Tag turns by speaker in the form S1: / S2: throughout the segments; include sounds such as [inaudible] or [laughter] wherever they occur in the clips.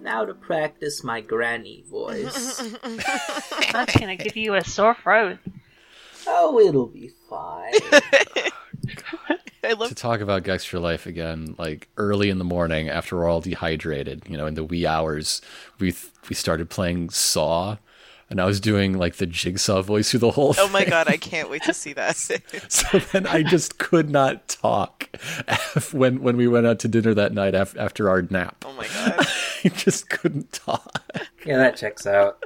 S1: now to practice my granny voice. [laughs]
S2: That's gonna give you a sore throat.
S1: oh, it'll be [laughs] fine.
S3: I love
S4: to talk about Gextra Life again, like early in the morning after we're all dehydrated, you know, in the wee hours, we th- we started playing Saw, and I was doing like the jigsaw voice through the whole.
S3: Oh my
S4: thing. [laughs]
S3: god, I can't wait to see that. [laughs]
S4: So then I just could not talk [laughs] when when we went out to dinner that night af- after our nap. [laughs]
S3: oh my god.
S4: I just couldn't talk.
S1: yeah, that checks out.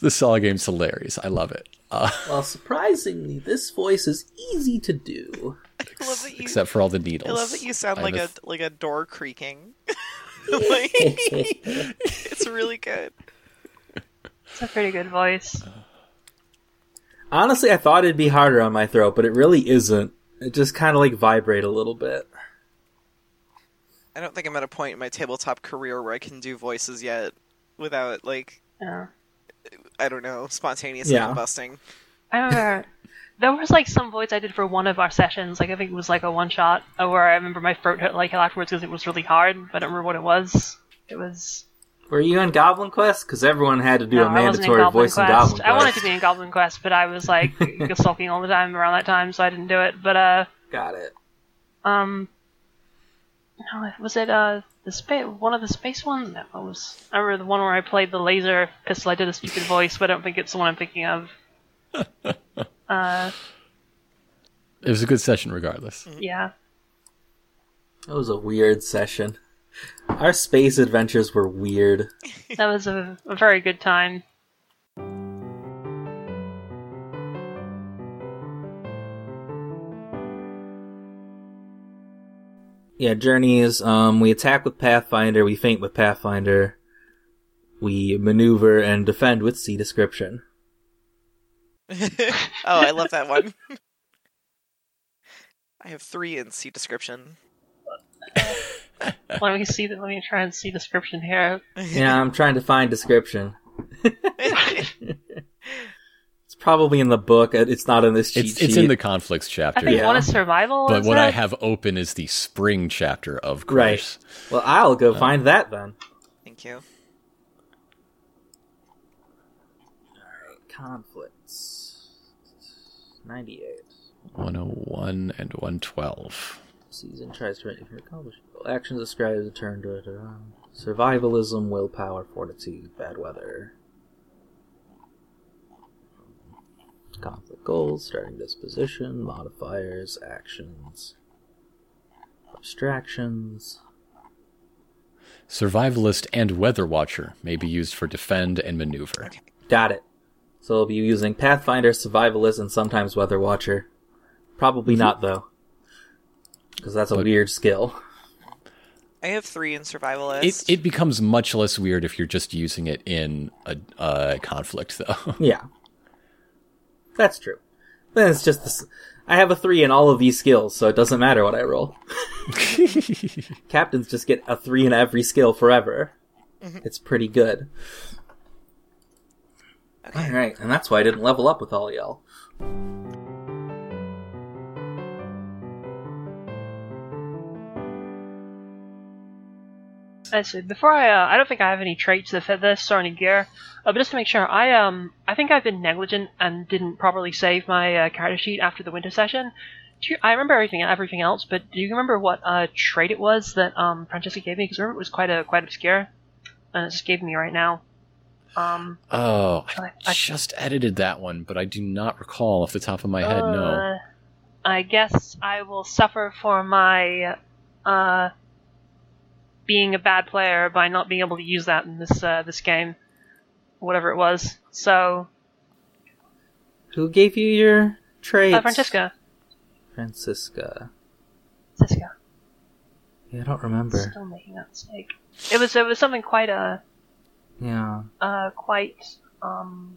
S4: The Saw game's hilarious. I love it. Uh,
S1: Well, surprisingly, this voice is easy to do.
S3: I love that you
S4: except for all the needles.
S3: I love that you sound
S4: I'm
S3: like
S4: a-
S3: a like a
S4: [laughs]
S3: door creaking. [laughs] like, it's really good.
S2: It's a pretty good voice.
S1: Honestly, I thought it'd be harder on my throat, but it really isn't. It just kind of like vibrate a little bit.
S3: I don't think I'm at a point in my tabletop career where I can do voices yet without like
S2: Yeah.
S3: I don't know, spontaneous
S1: Yeah.
S3: sound busting. [laughs]
S2: I remember there was like some voice I did for one of our sessions. Like I think it was like a one shot, uh, where I remember my throat hurt like hell afterwards because it was really hard. But I don't remember what it was. It was
S1: Were you in Goblin Quest? Because everyone had to do
S2: no,
S1: a
S2: I wasn't in
S1: mandatory
S2: Goblin
S1: voice
S2: Quest.
S1: in Goblin Quest.
S2: I wanted to be in Goblin Quest, but I
S1: [laughs]
S2: was like sulking all the time around that time, so I didn't do it. But uh,
S1: Got it.
S2: um, no, was it uh the space one of the space ones? No, it was I remember the one where I played the laser pistol. I did a stupid voice, but I don't think it's the one I'm thinking of. uh,
S4: It was a good session, regardless.
S3: Mm-hmm.
S2: yeah.
S1: It was a weird session. Our space adventures were weird.
S2: That was a, a very good time.
S1: Yeah, journeys. Um, we attack with Pathfinder. We faint with Pathfinder. We maneuver and defend with C description.
S3: oh, I love that one. [laughs] I have three in C description. [laughs]
S2: Let me see. The, let me try and see description here.
S1: Yeah, I'm trying to find description. It's probably in the book. It- It's not in this cheat
S4: It's
S1: sheet.
S4: it's in the conflicts chapter.
S2: I
S3: [laughs]
S2: think
S1: Yeah.
S2: one is survival.
S4: But
S2: is
S4: what I
S2: it?
S4: have open is the spring chapter, of
S1: Right.
S4: course.
S1: Well, I'll go find that then.
S3: Thank you.
S1: Conflicts. 98.
S4: 101 and 112.
S1: Season tries to make you accomplish. Actions described as a turn to um, survivalism, willpower, fortitude, bad weather. Conflict goals, starting disposition, modifiers, actions, abstractions.
S4: Survivalist and weather watcher may be used for defend and maneuver.
S1: Got it. So we'll be using Pathfinder, Survivalist, and sometimes Weather Watcher. Probably not though, because that's a
S4: But-
S1: weird skill. [laughs]
S3: I have three in
S4: It,
S3: survivalist.
S4: it becomes much less weird if you're just using it in a, a conflict, though. [laughs]
S1: Yeah. That's true. Then it's just this. I have a three in all of these skills, so it doesn't matter what I roll. Captains just get a three in every skill forever.
S2: Mm-hmm.
S1: It's pretty good. Alright, and that's why I didn't level up with all y'all.
S2: I see. Before I, uh, I don't think I have any traits that fit this or any gear. Uh, but just to make sure, I um, I think I've been negligent and didn't properly save my uh, character sheet after the winter session. Do you, I remember everything, everything else, but do you remember what uh, trait it was that um, Francesca gave me? Because remember it was quite a quite obscure, and it just gave me right now. Um,
S4: oh,
S2: I-
S4: I
S2: I-
S4: just edited that one, but I do not recall off the top of my head, no.
S2: Uh, I guess I will suffer for my uh, being a bad player by not being able to use that in this uh, this game, whatever it was. So, uh,
S1: Who gave you your traits?
S2: uh, Francesca,
S1: Francisca.
S2: Francisca,
S1: Yeah, I don't remember.
S2: still making that mistake. It was it was something quite uh,
S1: Yeah.
S2: uh quite um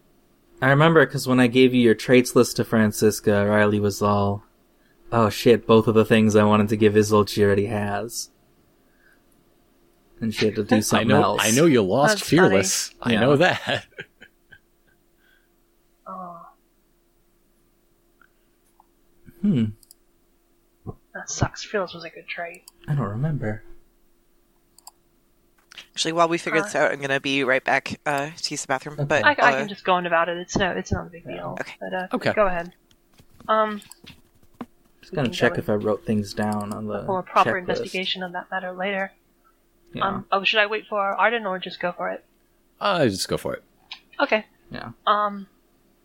S1: I remember because when I gave you your traits list to Francisca, Riley was all, "Oh shit! Both of the things I wanted to give Isolde she already has," and she had to do
S4: [laughs] I
S1: something
S4: know,
S1: else.
S4: I know you lost
S2: That's funny.
S4: Fearless. I
S1: Yeah.
S4: know that. [laughs]
S2: oh,
S1: Hmm.
S2: that sucks. Feels was a good trait.
S1: I don't remember.
S3: Actually, while we figure this out, I'm gonna be right back uh, to use the bathroom. But
S2: I, I
S3: uh,
S2: can just go on about it. It's no, it's not a big deal.
S3: Okay.
S2: But, uh,
S4: Okay.
S2: Go ahead. Um,
S1: Just gonna
S2: can
S1: check
S2: go
S1: if I wrote things down on the
S2: for a proper
S1: Uh, checklist.
S2: investigation on that matter later.
S1: Yeah,
S2: Um, oh, should I wait for Arden or just go for it?
S4: I Ah, just go for it.
S2: Okay.
S1: yeah.
S2: Um,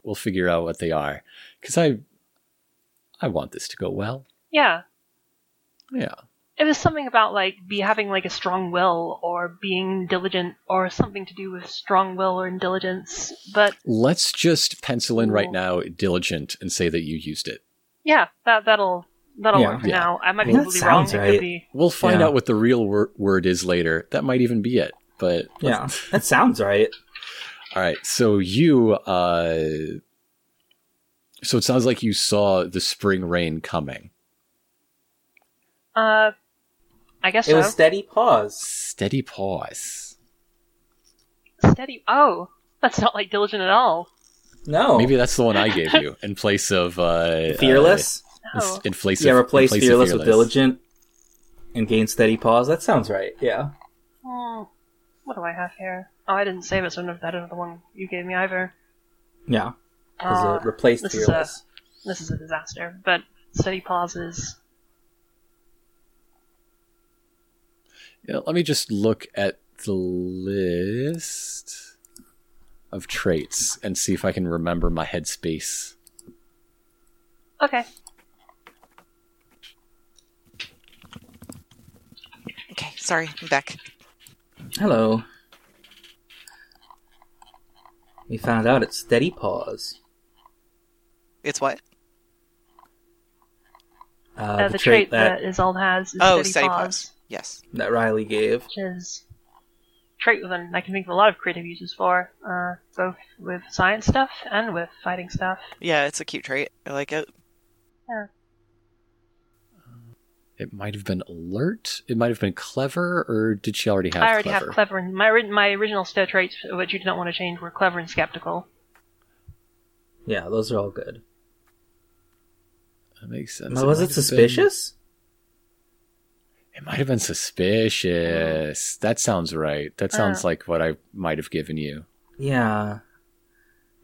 S4: We'll figure out what they are because I, I want this to go well.
S2: yeah.
S4: Yeah.
S2: It was something about like be having like a strong will or being diligent or something to do with strong will or diligence. But
S4: Let's just pencil in right
S2: Cool.
S4: now diligent and say that you used it.
S2: yeah, that that'll that'll
S1: Yeah.
S2: work for
S4: Yeah.
S2: now. I might be
S1: Well, that
S2: completely wrong.
S1: sounds
S2: It
S1: right.
S2: could be
S4: We'll find
S1: Yeah.
S4: out what the real wor- word is later. That might even be it. But [laughs]
S1: Yeah, [laughs] that sounds right.
S4: all right. So you, uh, so it sounds like you saw the spring rain coming.
S2: uh I guess
S1: It
S2: so.
S1: was steady pause.
S4: Steady pause.
S2: Steady oh. That's not like diligent at all.
S1: No,
S4: Maybe uh, that's the one I gave you in place of uh,
S1: fearless.
S4: Uh,
S2: No.
S4: in- in place
S1: yeah,
S4: of-
S1: replace
S4: in place of
S1: fearless, with diligent, and gain steady pause. That sounds right. Yeah.
S2: Hmm. What do I have here? Oh, I didn't save it, so no- I don't have the one you gave me either.
S1: Yeah, because
S2: Uh,
S1: it replaced
S2: this is
S1: fearless.
S2: this is a disaster. But steady pauses.
S4: Yeah, let me just look at the list of traits and see if I can remember my headspace.
S2: Okay.
S3: okay, sorry, I'm back.
S1: Hello. We found out it's steady pause.
S3: It's what?
S1: Uh,
S2: Uh, the, trait, that Isolde has is
S3: oh,
S2: steady, pause,
S3: Yes.
S1: that Riley gave.
S2: which is a trait with an I can think of a lot of creative uses for, uh, both with science stuff and with fighting stuff. Uh,
S3: Yeah, it's a cute trait. I like it.
S4: It might have been alert. It might have been clever, or did she already have?
S2: I already have clever and my ori- my original stat traits, which you did not want to change, were clever and skeptical.
S1: Yeah, those are all good.
S4: That makes sense.
S1: Now, was
S4: might
S1: it
S4: have been-
S1: suspicious?
S4: it might have been suspicious. That sounds right. That sounds
S2: Uh.
S4: like what I might have given you.
S1: Yeah.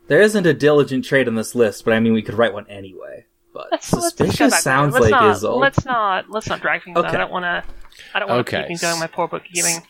S1: There isn't a diligent trait on this list, but I mean, we could write one anyway. But
S2: Let's, let's just go
S1: suspicious
S2: back to it.
S1: sounds
S2: let's
S1: like
S2: not,
S1: Isolde.
S2: Let's not let's not drag things. on.
S1: Okay.
S2: I don't want to. I don't want to
S4: Okay.
S2: keep things going. with My poor bookkeeping.